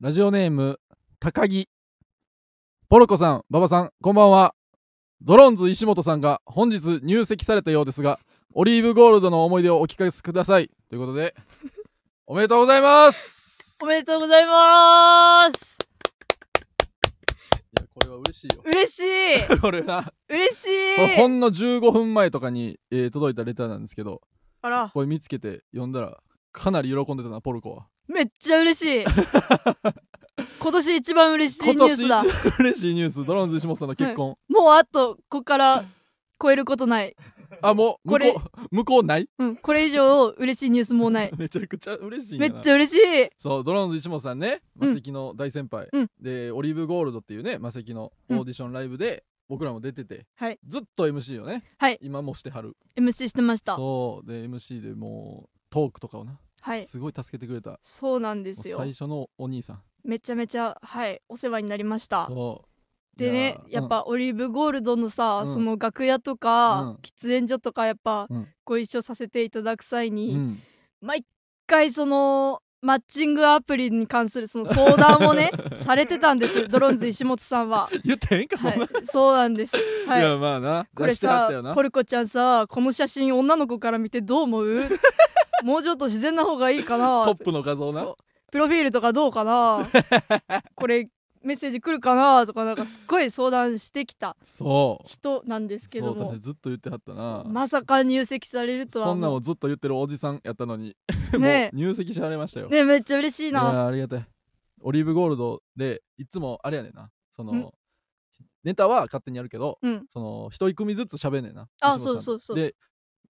ラジオネーム、高木。ポロコさん、馬場さん、こんばんは。ドローンズ石本さんが本日入籍されたようですが、オリーブゴールドの思い出をお聞かせください。ということ で、おめでとうございますおめでとうございますいや、これは嬉しい よ。嬉 しいこれな、嬉しこれいほんの15分前とかに、えー届いたレターなんですけど、あら、これ見つけて読んだら、かなり喜んでたな、ポルコは。めっちゃ 嬉しい今年一番嬉しい今ニュ年ース一だ番嬉しいニュース、ドローンズ石本さんの結婚。もうあとここから超えることない、あ、もう、こ向れこう、向こうないうん、これ以上嬉しいニュースもうないめちゃくちゃ嬉しいんめやっなちゃ嬉しいそうドローンズ石本さんねうんマセキの大先輩、うんでオリーブゴールドっていうねマセキのオーディションライブで僕らも出てて、はいずっと MC をね、はい今もしてはる MC してましたそうで MC でもうトークとかをな、はいすごい助けてくれたそうなんですよ最初のお兄さんめちゃめちゃはいお世話になりましたそうでねいーやっぱオリーブゴールドのさ、うんその楽屋とか、うん喫煙所とかやっぱ、うんご一緒させていただく際うに、ん、うん毎回そのマッチングアプリに関するその相談 をねされてたんですドロンズ石本さんは。言ってへんか そんはな、いい、そうなんです。はい、やまあなこれ出してはっさたよなポルコちゃんさこの写真女の子から見てどう思 うもうちょっと自然な方がいいかなトップの画像なそうプロフィールとかどう かなこれメッセージ来るかなとかなんかすっごい相談してきたそう人なんですけそどうだっもてずっと言ってはったなまさか入籍されるとはそんなんもをずっと言ってるおじさんやったのに、うねもう入籍しはれましたよ、ねめっちゃ嬉しいいなやありがたいオリーブゴールドでいつもあれやねんなそんのネタは勝手にやるけどうんその一人組ずつ喋んねんなあ石本さんとそうそうそうで、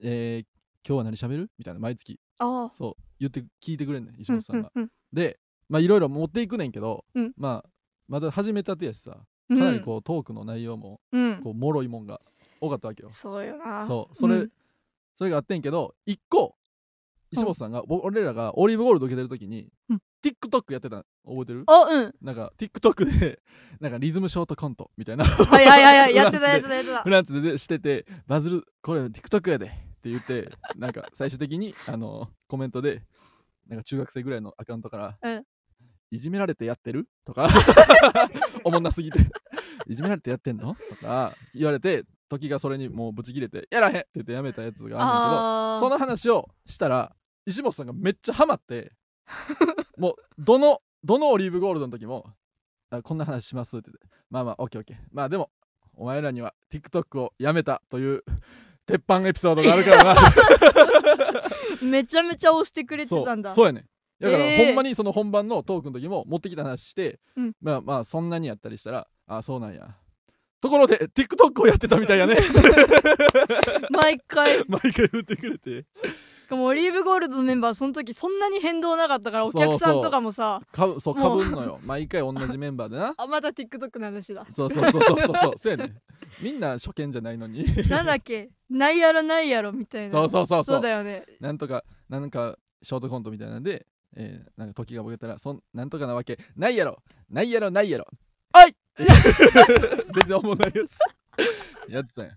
えー今日は何喋る?」みたいな毎月ああそう言って聞いてくれんねん石本さんが、うんうんでまあいろいろ持っていくねんけど、うんまあまだ始めたてやしさうかんなりこう、トークの内容もうんこうもろいもんが多かったわけよそうよなそうそれ、うんそれがあってんけど一個石本さんが、ぼ俺らがオリーブゴールド受けてる時に、うん TikTok やってたの覚えてるあうんなんか TikTok で なんかリズムショートコントみたいな はいはいはいはいやってたやっフてたやってたランスでしててバズるこれ TikTok やでって言ってなんか最終的にあのコメントでなんか中学生ぐらいのアカウントから、うんいじめられてやってるとか おもんなすぎて いじめられてやってんのとか言われて時がそれにもうブチ切れてやらへんって言ってやめたやつがあるんだけどあそーの話をしたら石本さんがめっちゃハマってもうどのどのオリーブゴールドの時もあこんな話しますって言ってまあまあオッケーオッケーまあでもお前らには TikTok をやめたという鉄板エピソードがあるから なめちゃめちゃ押してくれそてうたんだそうやねんだから、えーほんまにその本番のトークの時も持ってきた話して、うんまあまあそんなにやったりしたらあそうなんやところで TikTok をやってたみたいや ね毎回し毎回言ってくれてかもオリーブゴールドのメンバーその時そんなに変動なかったからお客さんとかもさかぶそうかもぶうんのよ毎回同じメンバーでなあまた TikTok の話だそうそうそうそうそうそうそうやねみんな初見じゃないの になんだっけないやろないやろみたいなそうそうそうそうだよねなんとかなんかショートコントみたいなんで、えー、なんか時がボケたらそんなんとかなわけないやろないやろないやろお い全然思わないやつやってたんや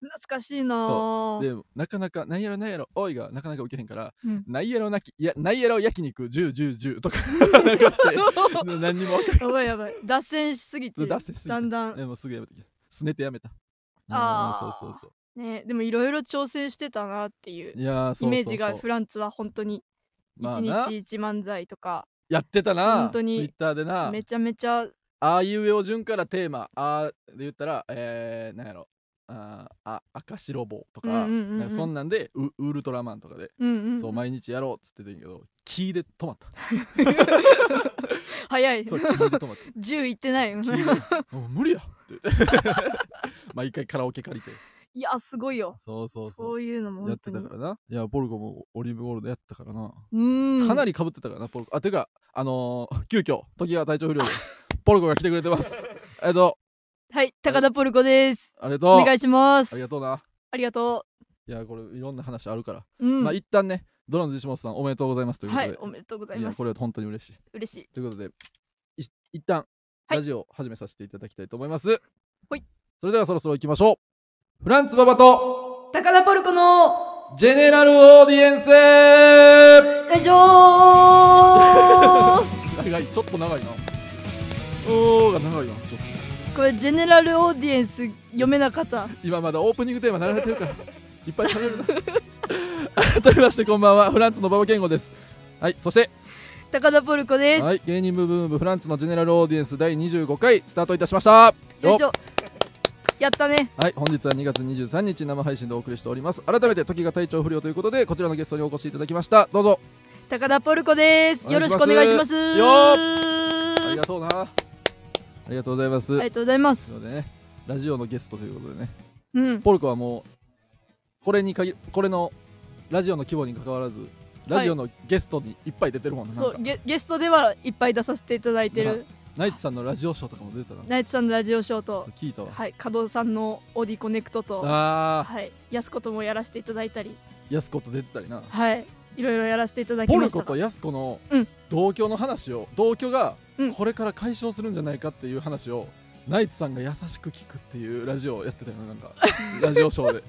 懐かしいなそぁ でなかなかないやろないやろおいがなかなか受けへんから、うんないやろなきいやないやろ焼肉1010とか なんかして何にも分かやばいやばい脱線しすぎて脱線しすぎてだんだらんんでもすぐやめてすねてやめたあーーそうそうそうねでもいろいろ挑戦してたなっていういやーそうそうイそうメージがフランツは本当にまあ一な日一漫才とかやってたな本当にツイッターでなめちゃめちゃああいうえお順からテーマあーで言ったらえー、なんやろあーあ赤白棒とか,、うんうんうんうんなんかそんなんでウウルトラマンとかで、うんうんそう毎日やろうっつってたんやけどキーで止まった 早いそう キーで止まった10いってないキーでもう無理やって言って 毎回カラオケ借りて いやすごいよそうそそううそういうのもやって本当たにからないやポルコもオリーブゴールドやったからな、うんかなりかぶってたからなポルコあてかあのー、急遽時が体調不良でポルコが来てくれてますありがとはい高田ポルコですうありがとうお願いしますありがとうなありがといやこれいろんな話あるから、ううんまあ一旦ねドローンズ石本さんおめでとうございますということはで、いおめでとうございいまやすこれは本当に嬉しい嬉しいということでい一旦はいラジオを始めさせていただきたいと思います、はいそれではそろそろ行きましょうフランツ馬場と高田ポルコのジェネラルオーディエンスラジオーなんか長いちょっと長いなおーが長いなちょっと これジェネラルオーディエンス読めなかった今まだオープニングテーマ流れてる からいっぱい取れるな 改めましてこんばんはフランツの馬場健吾ですはいそして高田ポルコです、はい芸人ブームブームブーフランツのジェネラルオーディエンス第25回スタートいたしましたよいしょやったねはい、本日は2月23日生配信でお送りしております。改めて時が体調不良ということで、こちらのゲストにお越しいただきました。どうぞ。高田ポルコですよろしくおお願願いいししまますすよありあがとうな。ありがとうございます。りがとうございまとすいうことでね、ラジオのゲストということでね、うんポルコはもうこれに限りこれのラジオの規模に関わらず、ラジオのゲストにいっぱい出てるもんね。そなうんかゲゲストではいっぱい出させていただいてるナイツさんのラジオショーとかも出てたな。ナイツさんのラジオショーそとう聞いたわ。はい加藤さんのオーディコネクトとああ、はいやすこともやらせていただいたりやす子と出てたりな。はいいろいろやらせていただきポまルしたコがとやす子のうん同居の話を同居がうんこれから解消するんじゃないかっていう話を、ナイツさんが優しく聞くっていうラジオをやってたよななんか ラジオショーで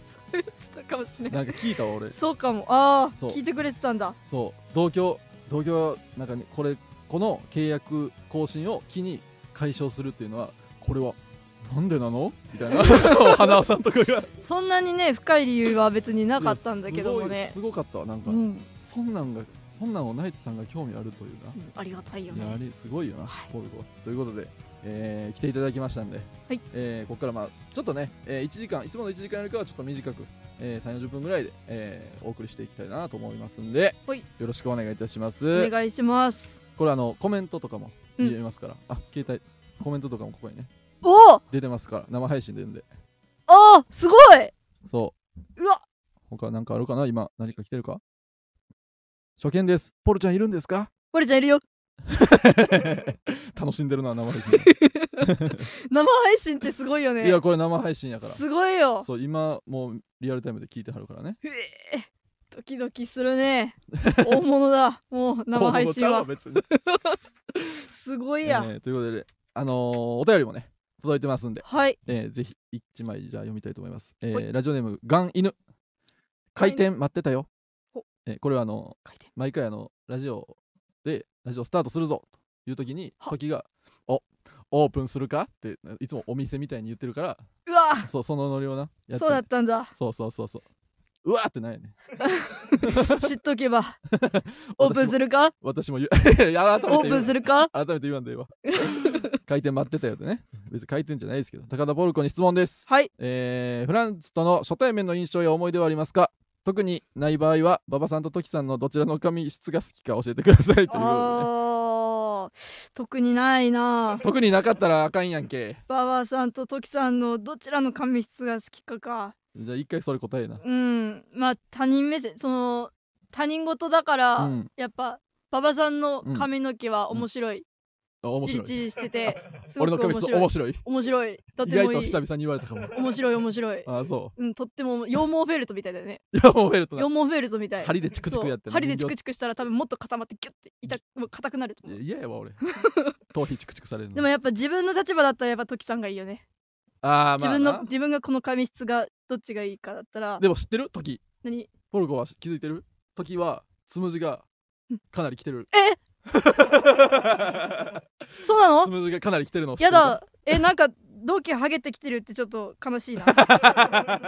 かもしれないなんか聞いたわ 俺そうかもああそう聞いてくれてたんだそう同居同居なんかねこれこの契約更新を機に解消するっていうのはこれはなんでなのみたい な花尾さんとかがそんなにね深い理由は別になかったんだけどもいやねすごいすごかったわなんか、うんそんなんがそんなんをナイツさんが興味あるというなうんありがたいよいやあねれすごいよな、はいポルコということで、えー来ていただきましたんで、はいえーここからまあちょっとね、え1時間いつもの1時間よりかはちょっと短く、え3 4 0分ぐらいで、えーお送りしていきたいなと思いますんで、はいよろしくお願いいたしますお願いしますこれあのコメントとかもうん入れますから、あ携帯コメントとかもここにねおお出てますから生配信でんであーすごいそうわ他なんかあるかな今何か来てるか初見ですポルちゃんいるんですか ポルちゃんいるよ楽しんでるな生配信、生配信ってすごいよ ねいやこれ生配信やからすごいよそう今もうリアルタイムで聞いてはるからねふえドキドキするね大物だもう生配信大は物ちゃうわ別に、すごいえや、ーということであのーお便りもね届いてますんで、はいえーぜひ一枚じゃあ読みたいと思います、えーほいラジオネームガン犬ガン開犬店待ってたよほ、えーこれはあの書いて毎回あのラジオでラジオスタートするぞという時に時が「おオープンするか?」っていつもお店みたいに言ってるからうわそうそのノリをなやってそうだったんだそうそうそうそううわーってないね知っと けばオープンするか私も言う 改めて言うオープンするか改めて言わんでええ わ回転待ってたよってね別に回転じゃないですけど高田ポルコに質問です、はいえーフランツとの初対面の印象や思い出はありますか特にない場合は馬場さんとトキさんのどちらの髪質が好きか教えてくださいということでね、あー特にないな特になかったらあかんやんけババさんとトキさんのどちらの髪質が好きかかじゃあ一回それ答えなうんまあ他人目線その他人事だから、うんやっぱ馬場さんの髪の毛は面白い、あ面チ白リいチリし ててすご俺のく髪面質白い面白い面白いと意て外もといい久々に言われたかも面白い面白いああそうんとっても羊毛フェルトみたいだよねういやもうフェルト羊な毛フェルトみたい針でチクチクやってそうる針でチクチクしたら多分もっと固まってギュッて痛くもう硬くなるとい思やう嫌やわ 俺頭皮チクチクされるのでもやっぱ自分の立場だったらやっぱトキさんがいいよねあー自まあ分なの自分がこの髪質がどっちがいいかだったらでも知ってる時何ポルコは気づいてる時はつむじがかなり来てる えそうなつのむじがかなり来てるのを知ってやるだえなんか同期ハゲてきてるってちょっと悲し いな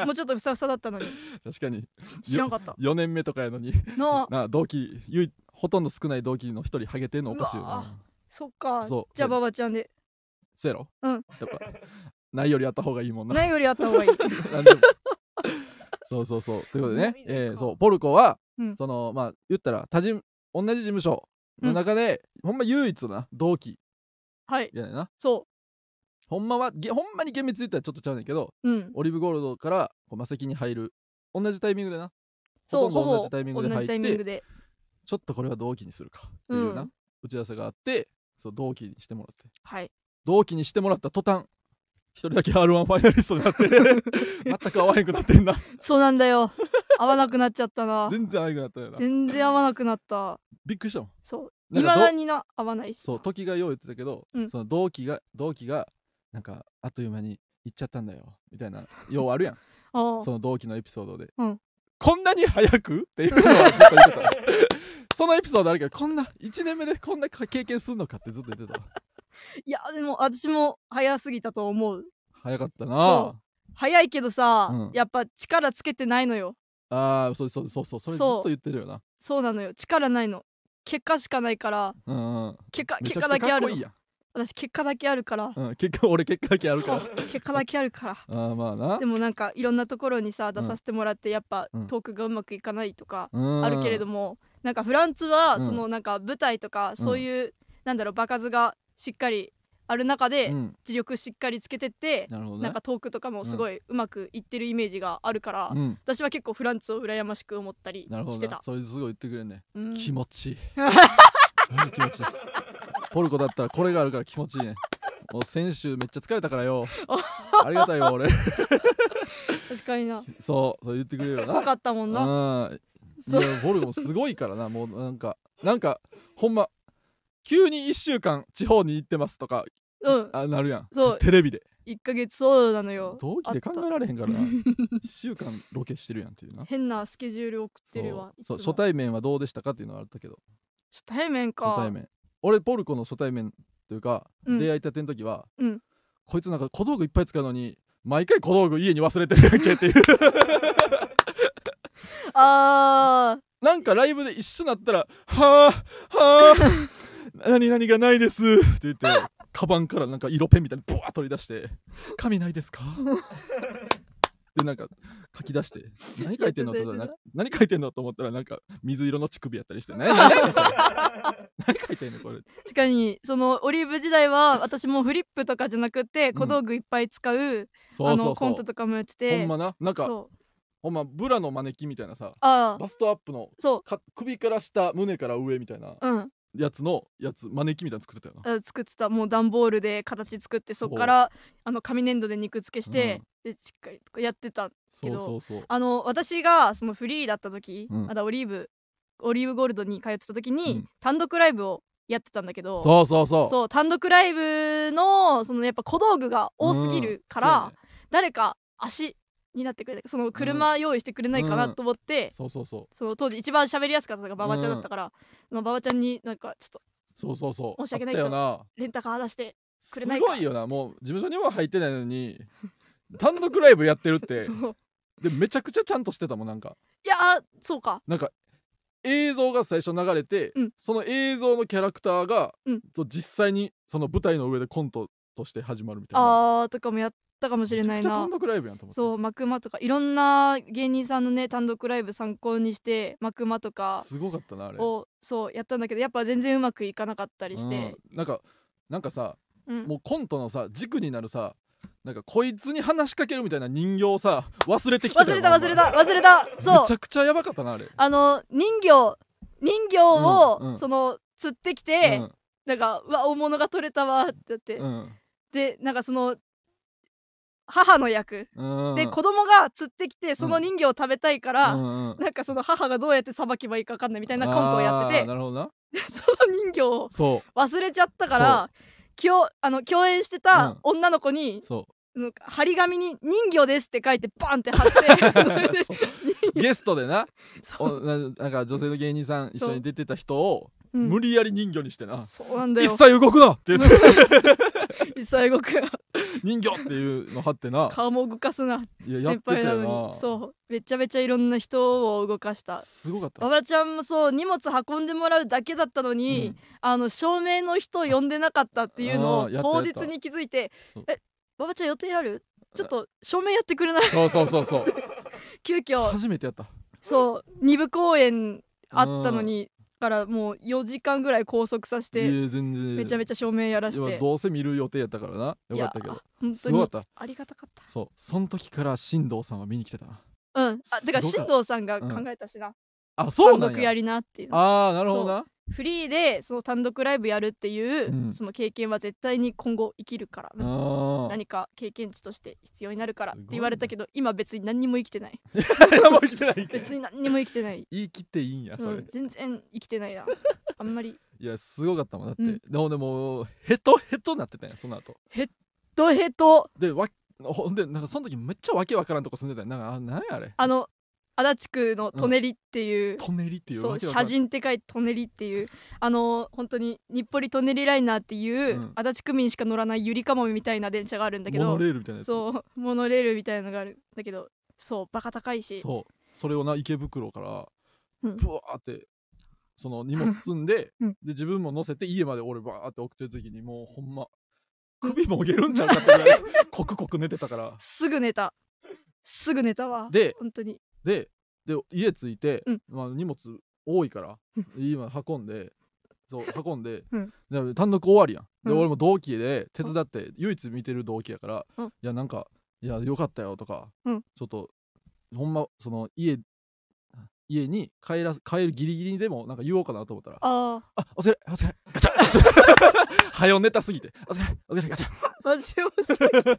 もうちょっとふさふさだったのに確かに知らんかった4年目とかやの になあなあ同期ゆいほとんど少ない同期の一人ハゲてんのおかしいようわなそっかそうじゃあババちゃんでそうやろうんやっぱないよりやった方がいいもんなないよりあった方がいいなんでも そうそうそうということでねない、のかえーそうポルコは、うんそのまあ言ったら他人同じ事務所の中で、ほんま唯一のな同期はいやねんなそほんまはげほんまに厳密に言ったらちょっとちゃうねんけどううんオリーブゴールドからこう魔石に入る同じタイミングでなそほうとほんどぼ同じタイミングで入って同じタイミングでちょっとこれは同期にするかっていうな、うん打ち合わせがあってそう同期にしてもらってはい同期にしてもらった途端一人だけ r 1ファイナリストになって 全く合わへんくなってんなそうなんだよ合わなくなっちゃったな全然合わへんくなったよな全然合わなくなったびっくりしたもんそうないんかまどだにな合わないしそう時がよう言ってたけど、うんその同期が同期がなんかあっという間に行っちゃったんだよみたいなようあるやんああその同期のエピソードで、うん こんなに早くっていうのはずっと言ってたそのエピソードあるけどこんな1年目でこんなか経験するのかってずっと言ってたわいやでも私も早すぎたと思う早かったな早いけどさ、うんやっぱ力つけてないのよああそうそうそうそうそれずっそうと言ってるよなそうなのよ力ないの結果しかないからうんうん結果めち結ゃく果だちゃけかあっこるいいのやん私結果だけあるからうん、結果俺結果だけあるからそう結果だけあるからあーまあなでもなんかいろんなところにさん出させてもらってやっぱ、うんトークがうまくいかないとかうんあるけれども、なんかフランツは、うんそのなんか舞台とかそういう、なんだろう場数がしっかりある中で、うん、自力しっかりつけてって、なるほどねなんかトークとかもすごいうまくいってるイメージがあるから、うん、私は結構フランツを羨ましく思ったりなるほどしてなた。それすごい言ってくれんね、うん気持 ちいいマジ気持ちいいポルコだったらこれがあるから気持ちいいねもう先週めっちゃ疲れたから よありがたいよ俺確か になそうそう言ってくれるよなよかったもんな。うんいそうやボルゴもすごいからなもうなんかなんかほんま急に1週間地方に行ってますとかうんあなるやんそうテレビで1ヶ月そうなのよ。同期で考えあっられへん からな1週間ロケしてるやんっていうなた変なスケジュール送ってるわ。そうそういつも初対面はどうでしたかっていうのはあったけど初対面か。初対面俺ポルコの初対面というか、うん出会いたての時は、うんこいつなんか小道具いっぱい使うのに毎回小道具家に忘れてるやんけっていう あなんかライブで一緒になったら「はあはあ何々がないです」って言ってカバンからなんか色ペンみたいにブワー取り出して「紙ないですか? 」でなんか書き出して何書いてんのって 言ったらな何書いてんのと思ったらなんか水色の乳首やったりしてね何やねんこれ何書いてんのこれー確かにそのオリーブ時代は私もフリップとかじゃなくてん小道具いっぱい使う、そあうそのうそコうントとかもやっててほんまななんかそうほんまブラの招きみたいなさああバストアップのそか首から下胸から上みたいなううんやつのやつ招きみたいなの作ってたよなあ作ってたもう段ボールで形作ってそっからあの紙粘土で肉付けして、でしっかりとかやってたそけうどそうそうあの私がそのフリーだった時、うんまだオリーブオリーブゴールドに通ってた時に、うん単独ライブをやってたんだけどそうそうそうそう単独ライブのそのやっぱ小道具が多すぎるから、誰か足になってくれたその車用意してくれないかなと思って、うんそうやねそうそうそうその当時一番喋りやすかったのが馬場ちゃんだったから、その馬場ちゃんになんかちょっとそうそうそう申し訳ないあけったどよなレンタカー出してすくれないかごいよなもう事務所にも入ってないのに単独ライブやってるって そうでめちゃくちゃちゃんとしてたもんなんかいやーそうかなんか映像が最初流れて、うんその映像のキャラクターが、うんと実際にその舞台の上でコントとして始まるみたいなあーとかもやったかもしれないめちゃくちゃな単独ライブやんと思ってそうマクマとかいろんな芸人さんのね単独ライブ参考にしてマクマとかすごかったなあれをそうやったんだけどやっぱ全然うまくいかなかったりして、うんなんかなんかさうんもうコントのさ軸になるさなんかこいつに話しかけるみたいな人形をさ忘れてきて忘れた忘れた忘れたそうめちゃくちゃやばかったなあれあの人形人形を、うんうんその釣ってきて、うんなんかうわ大物が取れたわってなって、うんでなんかその母の役、うんで子供が釣ってきてその人形を食べたいから、うんうんなんかその母がどうやってさばけばいいか分かんないみたいなコントをやってあーてなるほどな その人形をそ忘れちゃったからきょあの共演してた女の子にう、そ なんか張り紙に「人形です」って書いてバンって貼ってそれでう そうゲストでなそおうななんか女性の芸人さん一緒に出てた人をうん無理やり人魚にしてな、そうなんだ一よ切動くなって言って一切動くな人魚っていうの貼って な顔も動かすないややっ先てた輩なのよになそうめちゃめちゃいろんな人を動かしたすごかった馬場ちゃんもそう荷物運んでもらうだけだったのに、うんあの照明の人を呼んでなかったっていうのあをーやった当やった日に気づいてそう「え馬場ちゃん予定あるちょっと照明やってくれない そうそうそうそう急 遽初めてやったそう二部公演あったのにからもう4時間ぐらい拘束させいやて全然めちゃめちゃ照明やらしていやどうせ見る予定やったからなよかったけいどや本す当ごかにったありがたかっそうその時から新藤さんは見に来てたなたうんあだかすごかっら進た藤さんが考えたしな、あそうな単ん独ややりなっていうのあーなるほどなフリーでその単独ライブやるっていう、うんその経験は絶対に今後生きるから、あー何か経験値として必要になるからっすごていね言われたけど、今別に何にも生きてない 何も生きてない別に何にも生きてない、言い切っていいんやうそれ、ん、全然生きてな いなあんまりいやすごかったもんだって、うんでもでもヘトヘトなってたんやその後ドヘトでわほんでなんかその時めっちゃわけわからんとこ住んでたんやなんかあなんやあれあの足立区の舎人っていう、トネリっていうそわうけわから写ん真って書いて「舎人」っていうあの本当に日暮里舎人ライナーっていう、うん足立区民しか乗らないゆりかもめみたいな電車があるんだけモどノレールみたいなやつそうモノレールみたいなのがあるんだけどそうバカ高いしそうそれをな池袋からうんブワーってその荷物積んでうんで自分も乗せて家まで俺バーって送ってる時にもうほんま首もげるんちゃうかってぐ らいコクコク寝てたからすぐ寝たすぐ寝たわで本当にでで家着いて、うんまあ、荷物多いからうん今運んでそう運んで、うんで単独終わりやんで、うん俺も同期で手伝って唯一見てる同期やから、うんいやなんかいやよかったよとか、うんちょっとほんまその家家に帰ら帰るギリギリにでもなんか言おうかなと思ったらああお疲れお疲れガチャはよ寝たすぎてお疲れお疲れガチャあマジで面白い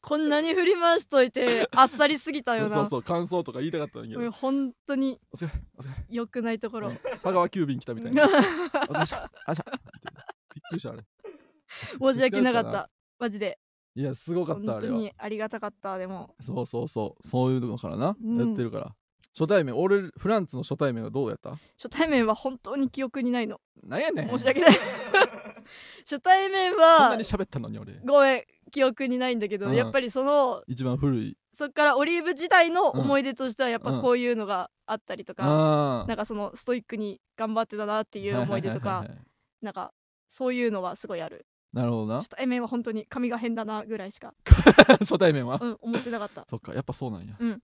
こんなに振り回しといてあっさりすぎたそようなそうそう感想とか言いたかったんだけど、もう本当にお疲れお疲れ良くないところ佐川急便来たみたいなあざっしゃあざっしゃびっくりしたあれ 申し訳なかったマジでいやすごかっ本たあ当れはにありがたかったでもそうそうそうそういうのからな、うんやってるから初対面俺フランツの初対面はどうやった初対面は本当に記憶にないのなんやねん申し訳ない 初対面そんなはに喋ったのに俺ごめん記憶にないんだけど、うんやっぱりその一番古いそっからオリーブ時代の思い出としてはやっうぱんこういうのがあったりとか、あなんかそのストイックに頑張ってたなってていう思い出とかなんかそういうのはすごいあるなるほどな初対面は本当に髪が変だなぐらいしか、 初対面は、うん、思ってな かったそっかやっぱそうなんや、うん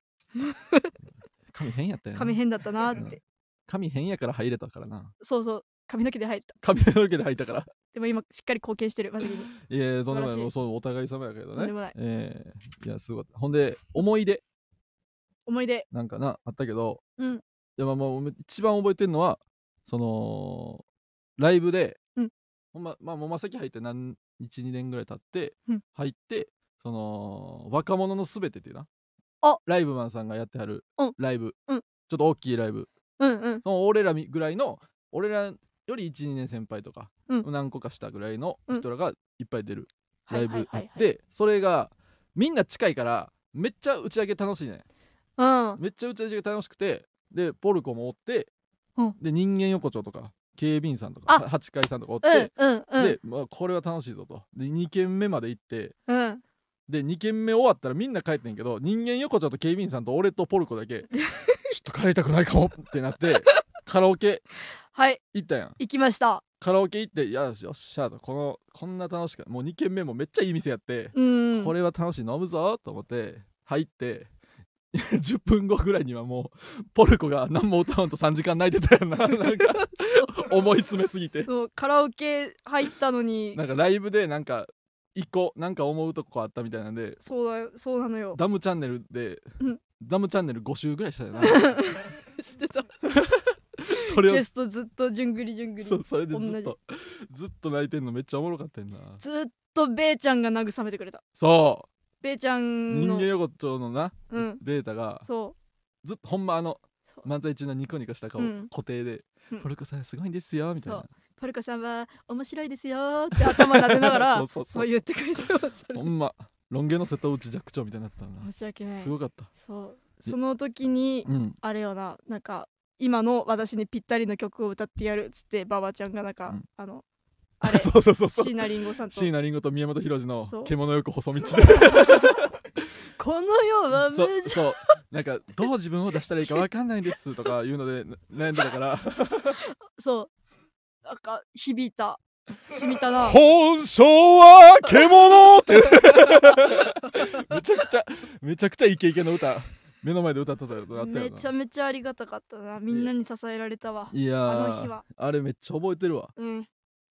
髪変やったよな髪変だったなって、うん髪変やから入れたからなそうそう髪の毛で入った髪の毛で入ったからでも今しっかり貢献してるマジでにいやいやとんでも素ない晴らしいもうそうお互い様やけどとんでねもないええいやすごかったほんで思い出思い出なんかなあったけど、うんいやまあまあ俺一番覚えてるのはそのライブで、うんほんままあもうまさき入って何12年ぐらい経って、うん入ってその若者のすべてっていうなあライブマンさんがやってはるうんライブ、うんちょっと大きいライブうんうんその俺らみぐらいの俺らより12年先輩とか、うん何個かしたぐらいの人らがいっぱい出るライブ、はいはいはいはい、でそれがみんな近いからめっちゃ打ち上げ楽しいねうんめっちゃ打ち上げ楽しくてでポルコもおって、うんで人間横丁とか警備員さんとあかは八階さんとかおっうんて、うんうんで、まあ、これは楽しいぞとで2軒目まで行ってうんで2軒目終わったらみんな帰ってんけど人間横丁と警備員さんと俺とポルコだ けちょっと帰りたくないかもってなってカラオケはい行ったやん行きましたカラオケ行って「よしよっしゃ」とこのこんな楽しくもう2軒目もめっちゃいい店やって、うんこれは楽しい飲むぞと思って入って 10分後ぐらいにはもうポルコが何も歌わんと3時間泣いてたよ ななんか思い詰めすぎてそうカラオケ入ったのになんかライブでなんか一個なんか思うとこあったみたいなんでそうだよそうなのよダムチャンネルで、うんダムチャンネル5周ぐらいしたよな してたそれをゲストずっとじゅんぐりじゅんぐりそうそれでず同っじとずっと泣いてんのめっちゃおもろかったよなずっとベイちゃんが慰めてくれたそベイちゃうん人の間横丁のな、うんデータがそずっとほんまあのうそう漫才中のニコニコした顔、うん固定でうん「ポルコさんすごいんですよ」みたいなそポルコさんは面白いですよーって頭撫で ながそうらそうそうそう言ってくれてますそれほんまロン毛の瀬戸内寂聴みたいになってたな申し訳ないすごかったそうその時に うんあれよななんか今の私にぴったりの曲を歌ってやるっつってばばちゃんがなんか、うんあのあれそうそうそう そう椎名林檎さんと椎名林檎と宮本浩次のそう獣よく細道で この世は無そ情うそうなんかどう自分を出したらいいかわかんないですとかいうのでな悩んでたからそうなんか響いたしみ「たな本性は獣」って めちゃくちゃめちゃくちゃイケイケの歌目の前で歌ってたよなったよめちゃなめちゃありがたかったなみんなに支えられたわいやあの日ーはあれめっちゃ覚えてるわうん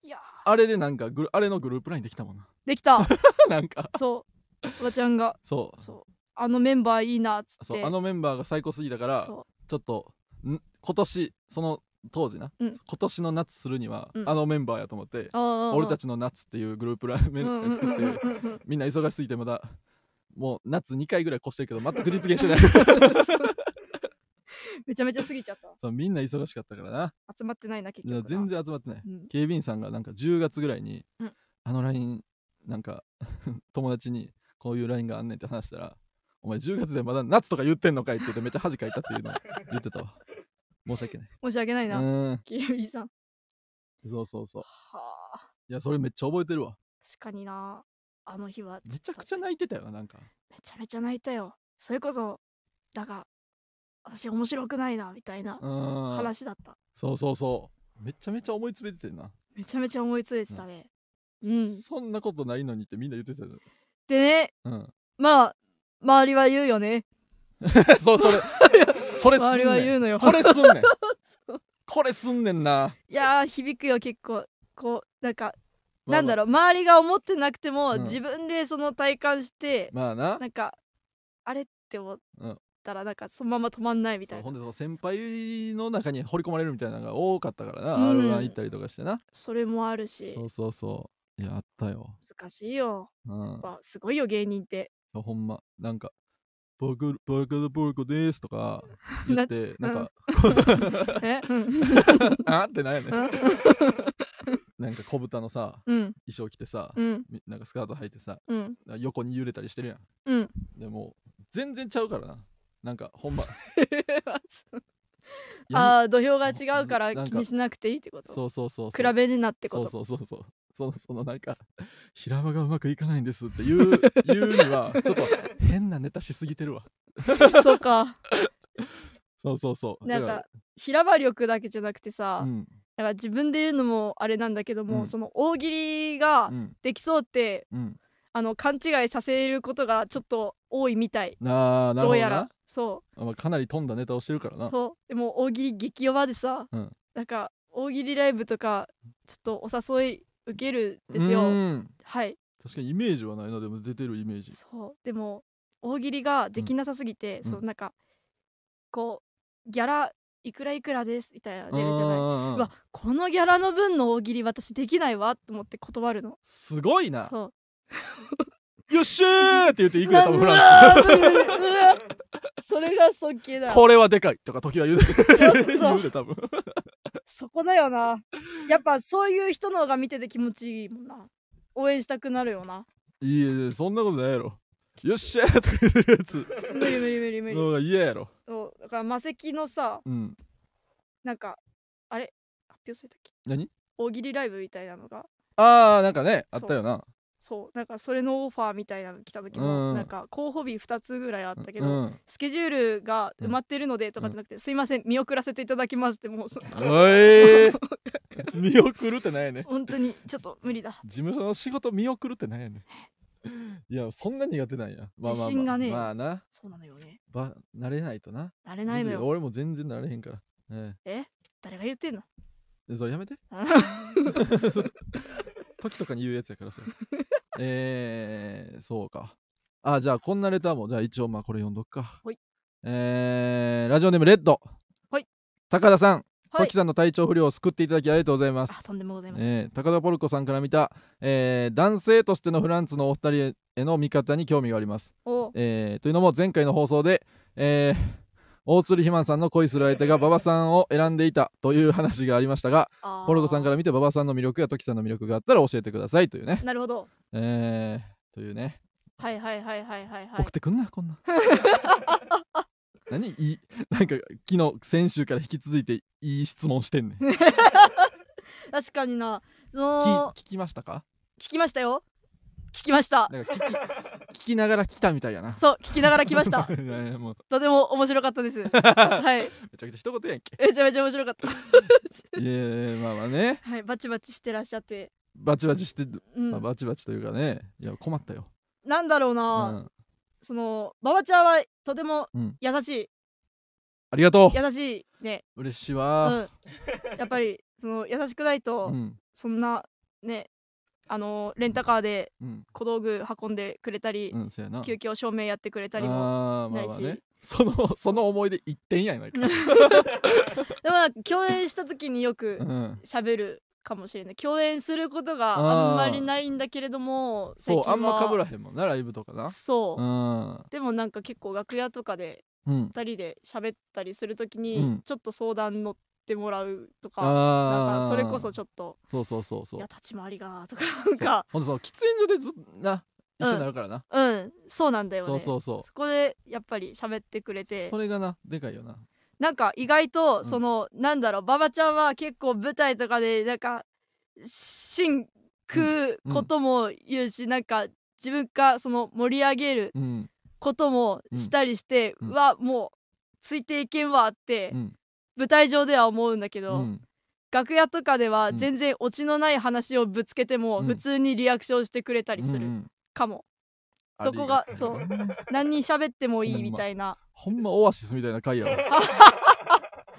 いやーあれでなんかグルあれのグループラインできたもんな できたなんかそうおばちゃんがそうそうあのメンバーいいなっつってそうあのメンバーが最高すぎたからそちょっとん今年その当時な、うん今年の夏するには、うんあのメンバーやと思ってう「あ俺たちちの夏」っていうグループライン作って、みんな忙しすぎてまだもう夏2回ぐらい越してるけど全く実現 してないめちゃめちゃ過ぎちゃったそうみんな忙しかったからな集まってないな結いや局な全然集まってないうん警備員さんがなんか10月ぐらいに、うん あの LINE なんか友達にこういう LINE があんねんって話したらお前10月でまだ夏とか言ってんのかいって言ってめっちゃ恥かいたっていうのを言ってたわ。申し訳 ない。申し訳ないな、うん。キリビさんそうそうそう。はあいや、それめっちゃ覚えてるわ。確かになあの日はめちゃくちゃ泣いてたよな、なんか。めちゃめちゃ泣いたよそれこそだが私面白くないなみたいうなん。話だったそうそうそう。めちゃめちゃ思い詰めててんな。めちゃめちゃ思いついてたねうん、そんなことないのにってみんな言ってたよ。でねうん。 まあ周りは言うよねそう、それ。それす周りはん言ね。うんのよこれすんねん。これすんねんな。いやー響くよ結構こうなんかまあまあなんだろう周りが思ってなくても、うん自分でその体感して、まあな。 なんかあれって思っうんたらなんかそのまま止まんないみたそういほなでんその先輩の中に掘り込まれるみたいなのが多かったからな、うん R1 行ったりとかしてなそれもあるしそうそうそういやあったよ、難しいようん、まあすごいよ芸 人ってほんまなんか「ボクボクボクです」とか言ってななん か えうん「あ」ってなんやねうんんなんか小豚のさうん衣装着てさ、うんみなんかスカート履いてさ うん横に揺れたりしてるやんうんでも全然ちゃうからななんかほん まああ土俵が違 うから気にしなくていいってことそうそうそうそう比べるなってことそうそうそうそうそのそのなんか 平場がうまくいかないんですっていう 言うにはちょっと変なネタしすぎてるわ そうかそうそうそうなんだか平場力だけじゃなくてらさ、うんなんか自分で言うのもあれなんだけども、うんその大喜利がうんできそうって、うんあの勘違いさせることがちょっと多いみたいなあなるどほうどやならそあまあかなり飛んだネタをしてるからうなそうでも大喜利激弱でさ、うんなんか大喜利ライブとかちょっとお誘い受けるんですうよんはい確かにイメージはないなでも出てるイメージそうでも大喜利ができなさすぎて、うんそうなんかこうギャラいくらいくらですみたいなの出るじゃないゃうわこのギャラの分の大喜利私できないわと思って断るのすごいなそうよっしゃーって言っていくよ多分フうランわーうわーそれが尊敬だスこれはでかいとか時は言うでちょっと言うで多分そこだよなやっぱそういう人の方が見てて気持ちいいもんな応援したくなるよないいえそんなことないやろよっしゃーとか言ってるやつ無理無理無理の無理方が嫌やろそうだから魔石のさうんなんかあれ発表されたっけ何大喜利ライブみたいなのがああなんかねあそっうたよなそうなんかそれのオファーみたいなの来た時うもんなんか候補日2つぐらいあったけど、 うん、スケジュールが埋まってるのでとかじゃなくて、すいません見送らせていただきますって もうそおい見送るってなんやねん本当にちょっと無理だ事務所の仕事見送るってなんやねんいやそんな苦手なんや、まあまあまあ自信がねまあなそうなのよねば慣れないとななれないのよ俺も全然慣れへんから、え誰が 言ってんのえでそれやめて 時とかに言うやつやからそ れえー、そうかあじゃあこんなレターもじゃあ一応まあこれ読んどっかほいえー、ラジオネームレッドはい高田さんはいトキさんの体調不良を救っていただきありがとうございますあとんでもございません、えー高田ポルコさんから見た、えー男性としてのフランツのお二人への見方に興味があります、おえーというのも前回の放送で、えー大鶴ひまんさんの恋する相手が馬場さんを選んでいたという話がありましたがあーポルコさんから見て馬場さんの魅力やトキさんの魅力があったら教えてくださいというね、なるほどえーというね、はいはいはいはいはいはい送ってくんなこん な何いいなんか昨日先週から引き続いていい質問してんねん聞確かになそ聞のきましたか聞きましたよ聞きましたなんか聞き聞きながら来たみたいやなそう聞きながら来ました いやいやもうとても面白かったです はいめちゃくちゃ一言やんけ。めちゃめちゃ面白かったいやいやまあまあね、はいバチバチしてらっしゃってバチバチして、うん、まあ、バチバチというかね、いや困ったよ。なんだろううんな、あその馬場ちゃんはとてもうん優しい、りがとう。優しいね、嬉しいうわ。ん、やっぱりその優しくないと、うんそんなねあのレンタカーでうん小道具運んでくれたり、うんそうやな。休憩証明やってくれたりもあーしないしまあまあね、その その思い出一点やないか。でもなんか共演した時によくうん。喋るかもしれない共演することがあーあんまりないんだけれども最そ近うはあんま被らへんもんなライブとかな。そう、うでもなんか結構楽屋とかでん。うん。 2人で喋ったりする時に、うんちょっと相談乗ってもらうとかあなんあ。かそれこそちょっとそうそうそう「いそうや。立ち回りが」とかなんかほんとその喫煙所でずっな一緒になるからな、うんそうなんだよねそうそうそうそこでやっぱり喋ってくれてそれがなでかいよななんか意外んとその、なんだろう馬場ちゃんは結構舞台とかでなんか芯食うことも言うし、なんか自分がその盛り上げるうんこともしたりして、ううんわもうついていけんわって、うん舞台上では思うんだけうど、ん楽屋とかでうはん全然オチのない話をぶつけてもうん普通にリアクションしてくれたりすうるんかも、あそりこがとそう何に喋ってもいいみたいな、ほんまオアシスみたいな回や わ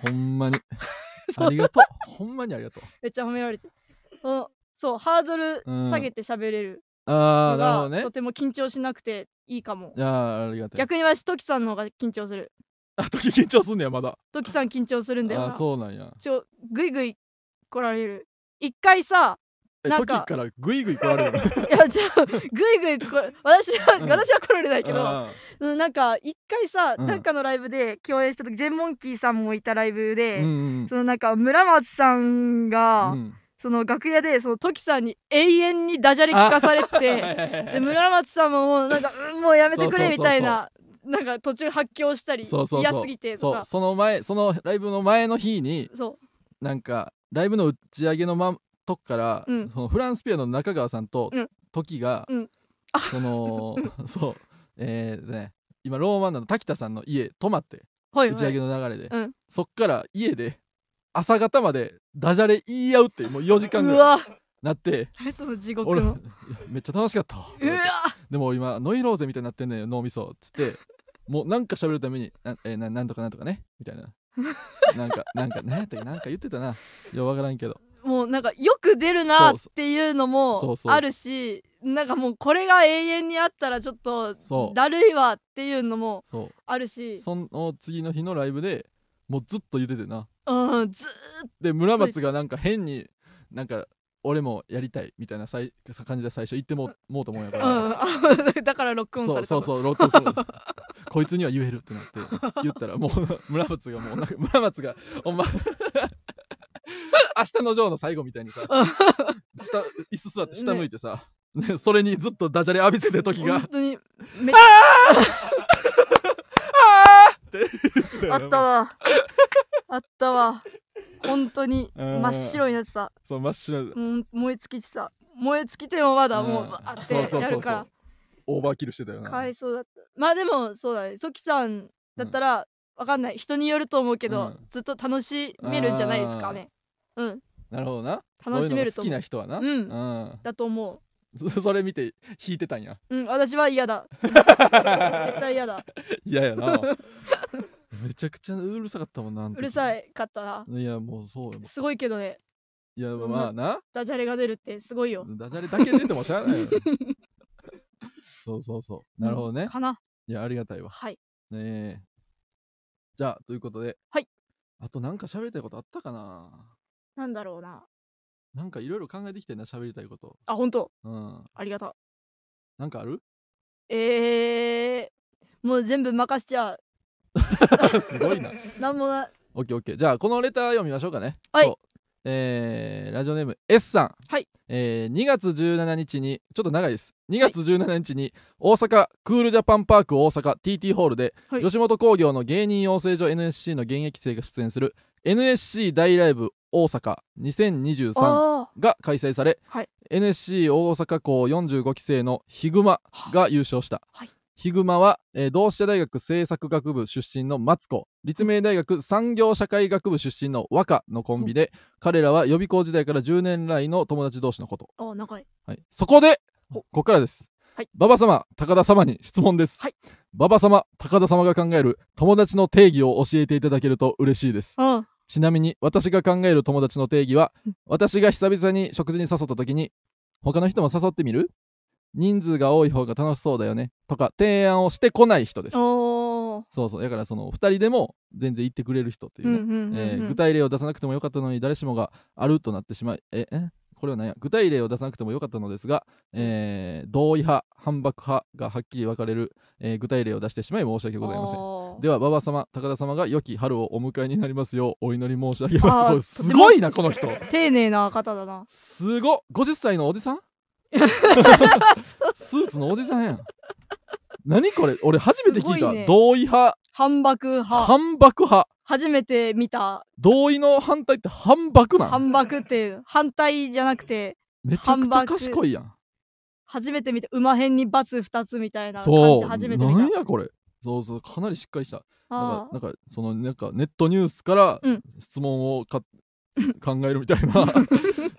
ほんまにありがとうほんまにありがとめっちゃ褒められてそのそうハードル下げて喋れるうああのなるほが、どねとても緊張しなくていいかもいやーありがたい逆に私トキさんの方が緊張するあ時緊張すんねやまだトキさん緊張するんだよあなそうなんやちょグイグイ来られる一回さえな時んかからグイグイ来られ るい やじゃあグイグイこ私は、うん私は来られないけどあうんなんか一回さ、うんなんかのライブで共演した時全モンキーさんもいたライブーで、うんうんそのなんか村松さんが、うんその楽屋でそのトキさんに永遠にダジャレ聞かさ れてて。で村松さんももうなんかうんもうやめてくれみたいななんか途中発狂したりそうそうそう嫌すぎてとそうかその前そのライブの前の日にそなんかライブの打ち上げのまんとこから、うんそのフランスピアノの中川さんと、うん時が、うんその そうえーとね今ローマンダの滝田さんの家泊まってうはい打ちは上いげの流れで、うんそっから家で朝方までダジャレ言い合うっていうもう4時間ぐうらいわなって何その地獄俺いやのめっちゃ楽しかったうわでも今ノイローゼみたいになってんねん脳みそっつってもうなんか喋るためにな,、えーななんとかなんとかねみたいななんかなんかねってなんか言ってたないやわからんけどもうなんかよく出るなっていうそのうもそうあるしなんかもうこれが永遠にあったらちょっそとうだるいわっていうのもそうあるしその次の日のライブでもうずっと言っててなうんずーっで村松がなんか変になんか俺もやりたいみたいなさい感じで最初言ってももうと思うんやかとら、うん だからロックオンさそれうたそうそうロックオン こいつには言えるってなって言ったらもう村松がもうなんか村松がお前 明日のジョーの最後みたいにさうん下椅子座って下向いてさ、ねそれにずっとダジャレ浴びせてる時が本 当にめああったわあったわ本当にうん真っ白になってたそう真っ白でもう燃え尽きてた燃え尽きてもまだもううんバーっそうそうそうそうてやるからオーバーキルしてたよなかわいそうだったまあでもそうだねソキさんだったら、わかんない人によると思うけど、うんずっと楽しめるんじゃないですかねうんなるほどな楽しめるそとういうのが好き思うな人はなうんだと思うん それ見て弾いてたんやううん私は嫌だ絶対嫌だ 嫌や なめちゃくちゃうるさかったもんなあの時うるさいかったないやもうそうよすごいけどねいやそんなまあなダジャレが出るってすごいよダジャレだけ出てもしゃあない よそうそうそうなるほどねかないやありがたいわはいねえじゃあということでははいあとなんか喋りたいことあったかななんだろうななんかいろいろ考えてきてんな喋りたいことあ本当うんありがたなんかあるえー、もう全部任せ ちゃう。すごいななんもなオッケーオッケーじゃあこのレター読みましょうかねはいそうえーラジオネーム S さん、はいえー2月17日にちょっと長いです2月17日に大阪クールジャパンパーク大阪 TT ホールで、はい吉本興業の芸人養成所 NSC の現役生が出演する NSC 大ライブ大阪2023あが開催され、はい NSC 大阪校45期生のヒグマが優勝した、はいヒグマは、えー同志社大学政策学部出身のマツコ立命大学産業社会学部出身の和歌のコンビで、彼らは予備校時代から10年来の友達同士のこと、あ、ああ、長い。はい、そこでおここからです、はい馬場様高田様に質問です、はい馬場様高田様が考える友達の定義を教えていただけると嬉しいですうん。ちなみに私が考える友達の定義はうん私が久々に食事に誘った時に他の人も誘ってみる人数が多い方が楽しそうだよねとか提案をしてこない人ですおー。そうそうだからその2人でも全然行ってくれる人っていううんね、うんうんえーうん具体例を出さなくてもよかったのに誰しもがあるとなってしまいええこれは何や具体例を出さなくてもよかったのですが、えー同意派反駁派がはっきり分かれる、えー具体例を出してしまい申し訳ございませんあーでは馬場様高田様が良き春をお迎えになりますようお祈り申し上げますあーこれすごいなこの人丁寧な方だな。 すごっ50歳のおじさんスーツのおじさんやん。何これ俺初めて聞いすごた。いね同意派、反駁派反駁派。初めて見た同意の反対って反駁なん反駁っていう反対じゃなくてめちゃくちゃ反駁賢いやん。初めて見た馬編に×二つみたいな感そじう。初めて見たなんやこれ。そうそう、かなりしっかりした。なんあかなんかそのなんかネットニュースからうん質問を か、考えるみたいな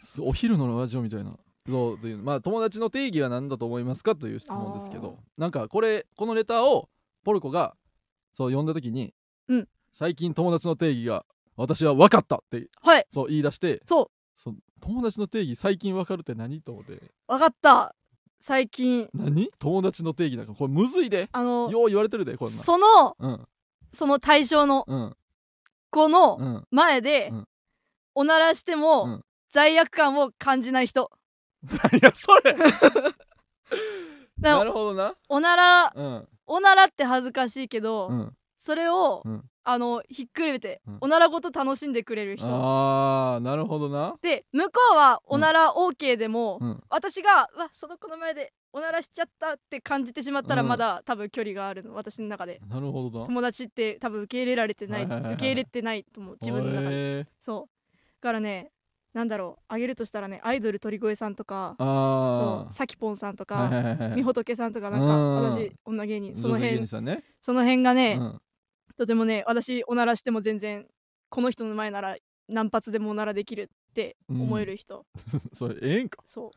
すお昼のラジオみたいなそうというまあ友達の定義は何だと思いますかという質問ですけどなんかこれこのレターをポルコがそう読んだ時に、うん最近友達の定義が私は分かったってあはいそう言い出してそうそう友達の定義最近分かるって何と思って分かった最近何友達の定義なんかこれむずいであのよう言われてるでこんなんそのうんその対象のうん子のうん前で、うんおならしても、うん罪悪感を感じない人いやそれだからなるほどなおならうんおならって恥ずかしいけど、うんそれを、うんあのひっくるめて、うんおならごと楽しんでくれる人あーなるほどなで向こうはおなら OK でも、うん私がうわその子の前でおならしちゃったって感じてしまったら、うんまだ多分距離があるの私の中でなるほどな友達って多分受け入れられてない、はいはいはいはい受け入れてないと思う自分の中で、へーそうだからねなんだろうあげるとしたらねアイドル鳥越さんとかあそうーさきぽんさんとはいかはいはいはいみほとけさんとかなんうんか私女芸人その女性芸人辺さんねその辺がうねんとてもね私おならしても全然この人の前なら何発でもおならできるって思える人それええんかそ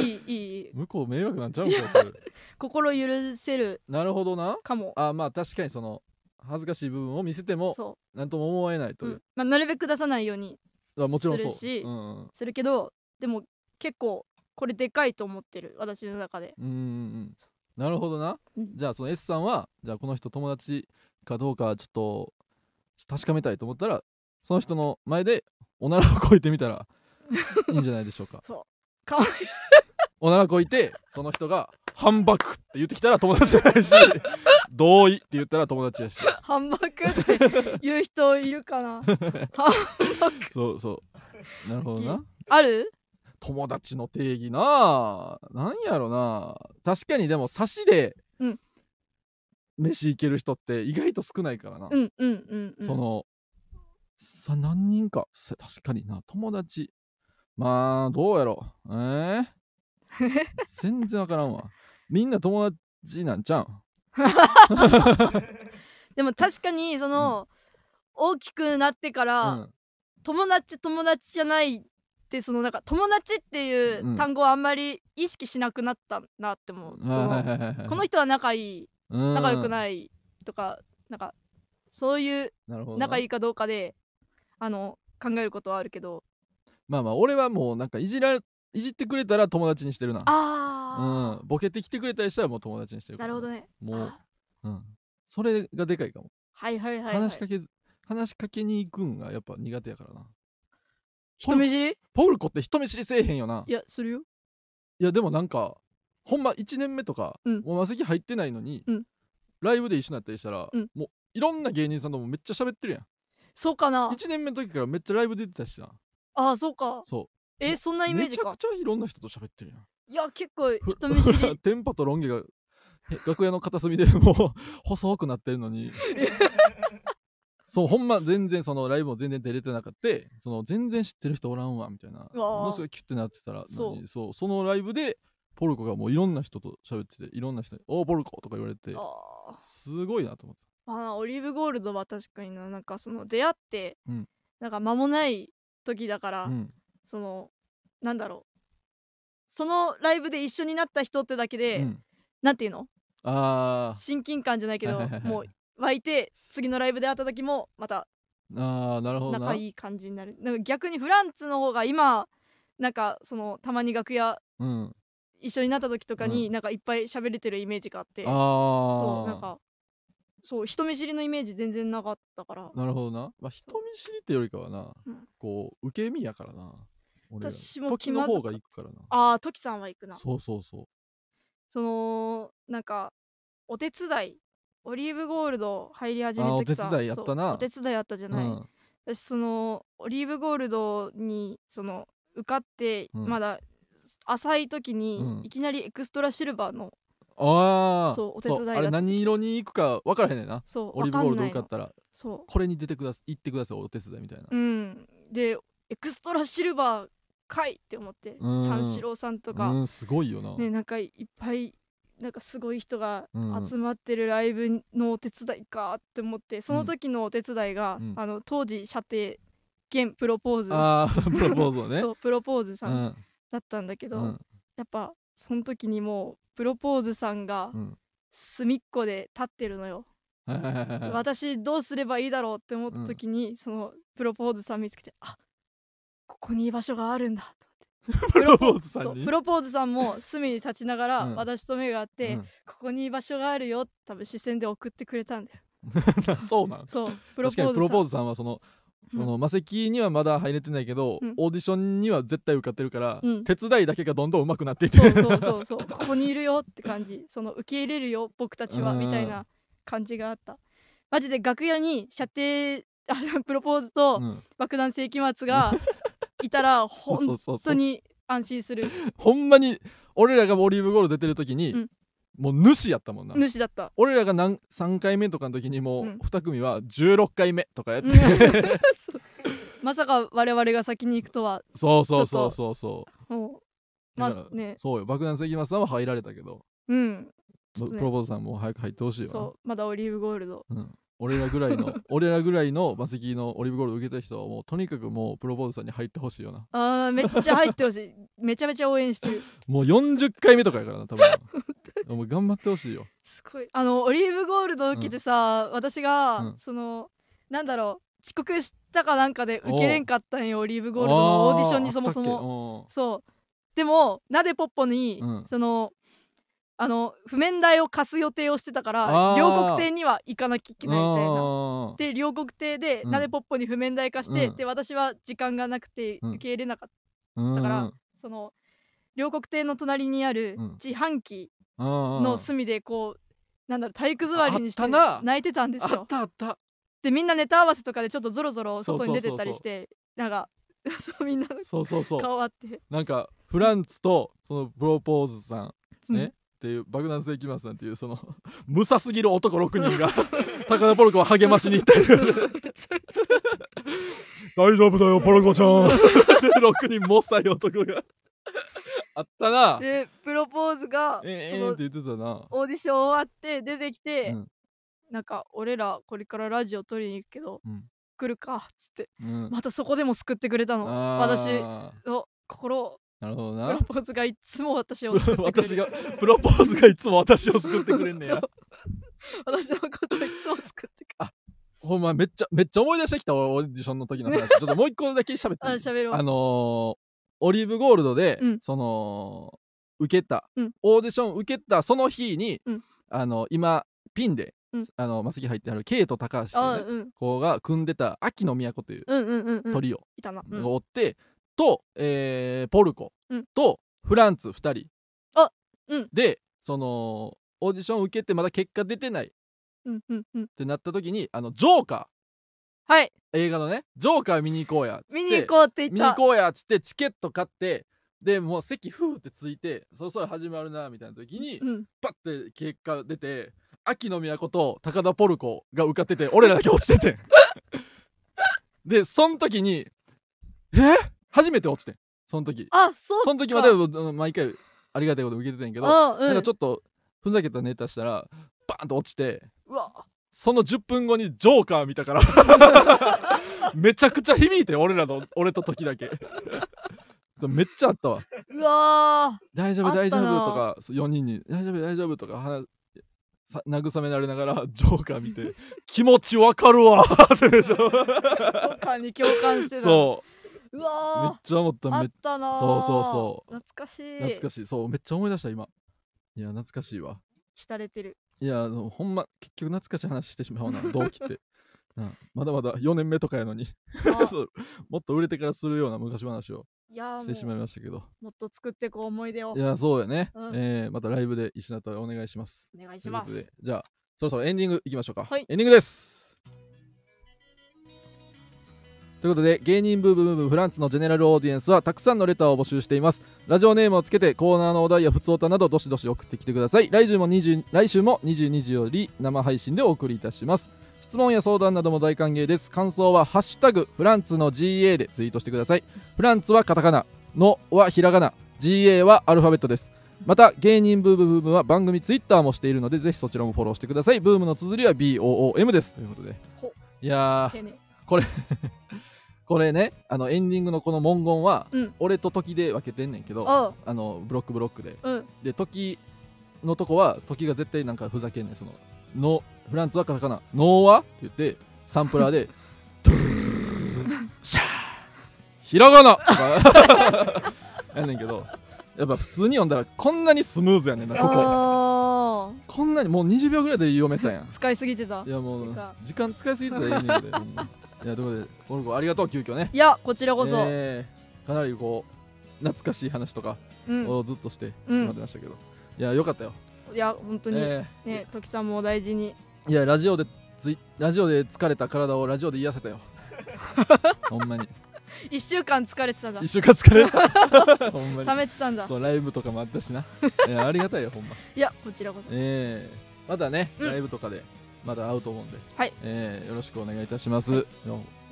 ういいいいいい向こう迷惑なんちゃうんかそれ心許せるなるほど なかもあーまあ確かにその恥ずかしい部分を見せてもそ何とも思えないとう、ういんうまあ、なるべく出さないようにあもちろんそするうしうんうんするけどでも結構これでかいと思ってる私の中でうんうんうんなるほどなうんじゃあその S さんはじゃあこの人友達かどうかちょっと確かめたいと思ったらその人の前でおならをこいてみた らいいんじゃないでしょうかかわい おならこいてその人が「反駁」って言ってきたら友達じゃないし「同意」って言ったら友達やし反駁って言う人いる かなそうそうなるほどなある友達の定義なあなんやろな確かにでも差しでうん飯行ける人って意外と少ないからなうんうんうん、うん、そのさ何人かさ確かにな友達まあどうやろえ ー、全然わからんわみんな友達なんちゃうんでも確かにその、大きくなってから、友達友達じゃないってそのなんか友達っていんう単語をあんまり意識しなくなったなって思う、うんそはいはいのはいはいはいこの人は仲いいうん仲良くないとか、なんかそういうなるほどな仲いいかどうかであの考えることはあるけどまあまあ俺はもうなんかいじらいじってくれたら友達にしてるなあうん、ボケてきてくれたりしたらもう友達にしてーるなるほどねねもうあ、うん、それがでかいかも、はいはいはい、はい、話しかけず話しかけに行くんがやっぱ苦手やからな人見知りポルコって人見知りせえへんよないやするよいやでもなんかほんま1年目とか、うんもうマセキ入ってないのに、うんライブで一緒になったりしたら、うんもういろんな芸人さんともめっちゃ喋ってるやんそうかな1年目の時からめっちゃライブ出てたしなああそうかそえそんなうイメめージちゃかくちゃいろんな人と喋ってるやんいや結構 人見知りテンパとロン毛がえ楽屋の片隅でもう細くなってるの にそうほんま全然そのライブも全然出れてなかったその全然知ってる人おらんわみたいなうわーものすごいキュッてなってたらそう何そうそのライブでポルコがもういろんな人と喋ってていろんな人に「おーポルコ」とか言われてあーすごいなと思っまあオリーブゴールドは確かにななんかその出会って、うんなんか間もない時だから、た、うん、そのなんだろうそのライブで一緒になった人ってだけで、うんなんていうのあー親近感じゃないけどはいはいはいもう湧いて次のライブで会った時もまあたーなるほどな仲いい感じになるなんか逆にフランツの方が今なんかそのたまに楽屋うん、一緒になった時とかうにんなんかいっぱい喋れてるイメージがあって、あそうなんーかそう人見知りのイメージ全然なかったからなるほどな、まあ、人見知りってよりかはな、うんこう受け身やからな俺ら私も時気まのず方かが行くからなああトキさんは行くなそうそうそそのなんかお手伝いオリーブゴールド入り始めあーた時さお手伝いやったなそうお手伝いやったじゃう、ない、うん私そのオリーブゴールドにその受かって、うんまだ浅い時に、うんいきなりエクストラシルバーのああそうお手伝いがあれ何色に行くか分からへんねんなそうオリわーブかゴーんルドない受かのったらそこれに出てくださ行ってくださいお手伝いみたいなううんでエクストラシルバーかいって思ってうん三四郎さんとうか、んすごいよな、ねなんかいっぱいなんかすごい人がうん集まってるライブのお手伝いかって思ってその時のお手伝いが、うんあの当時射程兼プロポーズああプロポー ズをねそうプロポーズさんんだったんだけうど、んやっぱその時にもうプロポーズさんがうん隅っこで立ってるのよ、はいはいはいはい私どうすればいいだろうって思った時に、そのプロポーズさん見つけてあここに居場所があるんだと思 ってプロポーズさんにそうプロポーズさんも隅に立ちながら、うん私と目があって、うん ここに居場所があるよ多分視線で送ってくれたんだよそうなん そうプロ確かにポーズさんプロポーズさんはそのうんこのマセキにはまだ入れてないけど、うんオーディションには絶対受かってるから、うん手伝いだけがどんどん上手くなっていってそうそうそうそうここにいるよって感じその受け入れるよ僕たちはうんみたいな感じがあったマジで楽屋に射程あ プロポーズと うん爆弾世紀 末がいたそうらそう本そうそ当うに安心するほんまに俺らがオリーブゴールド出てる時に、うんもう主やったもんな主だった俺らが何3回目とかの時にもううん2組は16回目とかやって、うんそうまさか我々が先に行くとは そうそうそうそうそもううまだからあねそうよ爆弾関松さんは入られたけど、うんちょっとプねロポーズさんも早く入ってほしいよそうまだオリーブゴールドな、うん俺らぐらいの 俺らぐらいのマセキのオリーブゴールド受けた人はもうとにかくもうプロポーズさんに入ってほしいよなあーめっちゃ入ってほしいめちゃめちゃ応援してるもう40回目とかやからな多 分もう頑張ってほしいよすごいあのオリーブゴールド受けてさ、私が、うんそのなんだろう遅刻したかなんかでおう受けれんかったんよオリーブゴールドのオーディションにそもそももそうでもなでポッポに、うんそのあの譜面台を貸す予定をしてたかあらー両国亭には行かなきゃいけないみたいな。で両国亭で、うんなでポッポに譜面台貸して、うんで私は時間がなくてうん受け入れなかっうんたから、その両国亭の隣にあるうん自販機、のの隅でこうなんだろう体育座りにしてあったな泣いてたんですあっよたあったでみんなネタ合わせとかでちょっとぞろぞろそうそ外うそうに出てったりしてなんか そうみんなのそうそうそう顔 あってなんかフランツとそのプロポーズさんうんねっていう爆弾世紀末さんっていうその むさすぎる男6人が 高田ポルコを励ましに行ったりとか 大丈夫だよポルコちゃ ん6人もっさい男があったなえでプロポーズがーえそーのって言ってたなオーディション終わって出てきて、うんなんか俺らこれからラジオ撮りに行くけど、うん来るかっつってうんまたそこでも救ってくれたの私あの心をーなるほどプなロポーズがいつも私を救って くれる私がプロポーズがいつも私を救ってくれんねそやう 私のことをいつも救ってくれるほんまめっちゃめっちゃ思い出してきたオーディションの時の 話ちょっともう一個だけ喋っていいあ喋ろうあのーオリーブゴールドで、うんその受けた、うんオーディション受けたその日に、うんあの今ピンで、うんあのマスキ入ってあるケイと高橋ってあいう、ね、うん子が組んでた秋の都といううんうんうんうんトリオいたな、うんがおって、と、えーポルコ、うんとフランツ2人あうんでそのオーディション受けてまだ結果出てないっうんうんうんてなった時にあのジョーカーはい映画のねジョーカー見に行こうやっつって見に行こうって見言に行ったこうやっつってチケット買ってでもう席ふーってついてそろそろ始まるなみたいな時にうん、パッて結果出て秋の都と高田ポルコが受かってて俺らだけ落ちて てんでその時にえ初めて落ちてんその時あそうその時まではうん毎回ありがたいこと受けてたんやけど、あ、うん、なんかちょっとふざけたネタしたらバーンと落ちてうわその10分後にジョーカー見た からめちゃくちゃ響いて俺らの俺と時だけそうめっちゃあったわうわ「大丈夫あっ大た丈な夫」とかそう4人に「大丈夫大丈夫」とか話さ慰められながらジョーカー見て「気持ちわかるわ」ってでしょ ー共感に共感してたそううめっわちゃ思ったーあめっったなーそうそうそう懐かしい懐かしいそうめっちゃ思い出した今いや懐かしいわ浸れてるいやあのほんま結局懐かしい話してしまうな同期 って。なまだまだ4年目とかやのに あそうもっと売れてからするような昔話をいやしてーしもまいうましたけどもっと作ってこう思い出をいやそうやね、うんえーまたライブで一緒になったらお願いしますお願いしまというこすとでじゃあそろそろエンディングいきましょうか、はいエンディングですということで芸人ブームブームフランツのジェネラルオーディエンスはたくさんのレターを募集していますラジオネームをつけてコーナーのお題や普通歌などどしどし送ってきてください来週も20来週も22時より生配信でお送りいたします質問や相談なども大歓迎です感想は「ハッシュタグフランツの GA」でツイートしてくださいフランツはカタカナのはひらがな GA はアルファベットですまた芸人ブームブームは番組ツイッターもしているのでぜひそちらもフォローしてくださいブームの綴りは BOOM ですということでほいやー丁寧これねあのエンディングのこの文言は、うん俺と時で分けてんねんけどおうあのブロックブロックでうんで時のとこは時が絶対なんかふざけんねんそののフランツはカタカナノーはって言ってサンプラーでドゥルルルルルルシャーひらがなとかやんねんけどやっぱ普通に読んだらこんなにスムーズやねんなここあこんなにもう20秒ぐらいで読めたやんー使いすぎてたいやもてうか時間使いすぎてたらいいねんでほんまいやということでこの子ありがとう急遽ねいやこちらこそ、えーかなりこう懐かしい話とかうんをずっとしてしまってましたけど、いやよかったよ、いや本当に、えーね時さんもお大事にいやラジオでついラジオで疲れた体をラジオで癒せたよ ほんまに一週間疲れてたんだ一週間疲れた ほんまに溜めてたんだそうライブとかもあったしな、い やありがたいよほんまいやこちらこそえーまたね、うんライブとかでまた会うと思うんで、はいえーよろしくお願いいたします、よ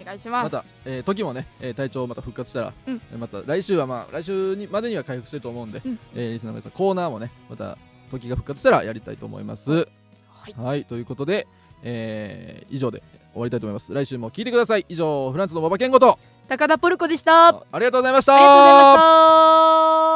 お願いしまますた、えー時もね、えー体調また復活したら、うんえーまた来週はまあ来週にまでには回復してると思うんで、うんえーリスナーの皆さんコーナーもねまた時が復活したらやりたいと思いますはいはい、ということで、えー以上で終わりたいと思います。来週も聞いてください。以上、フランスの馬場健吾と、高田ポルコでしたありありがとうございましたがとうございました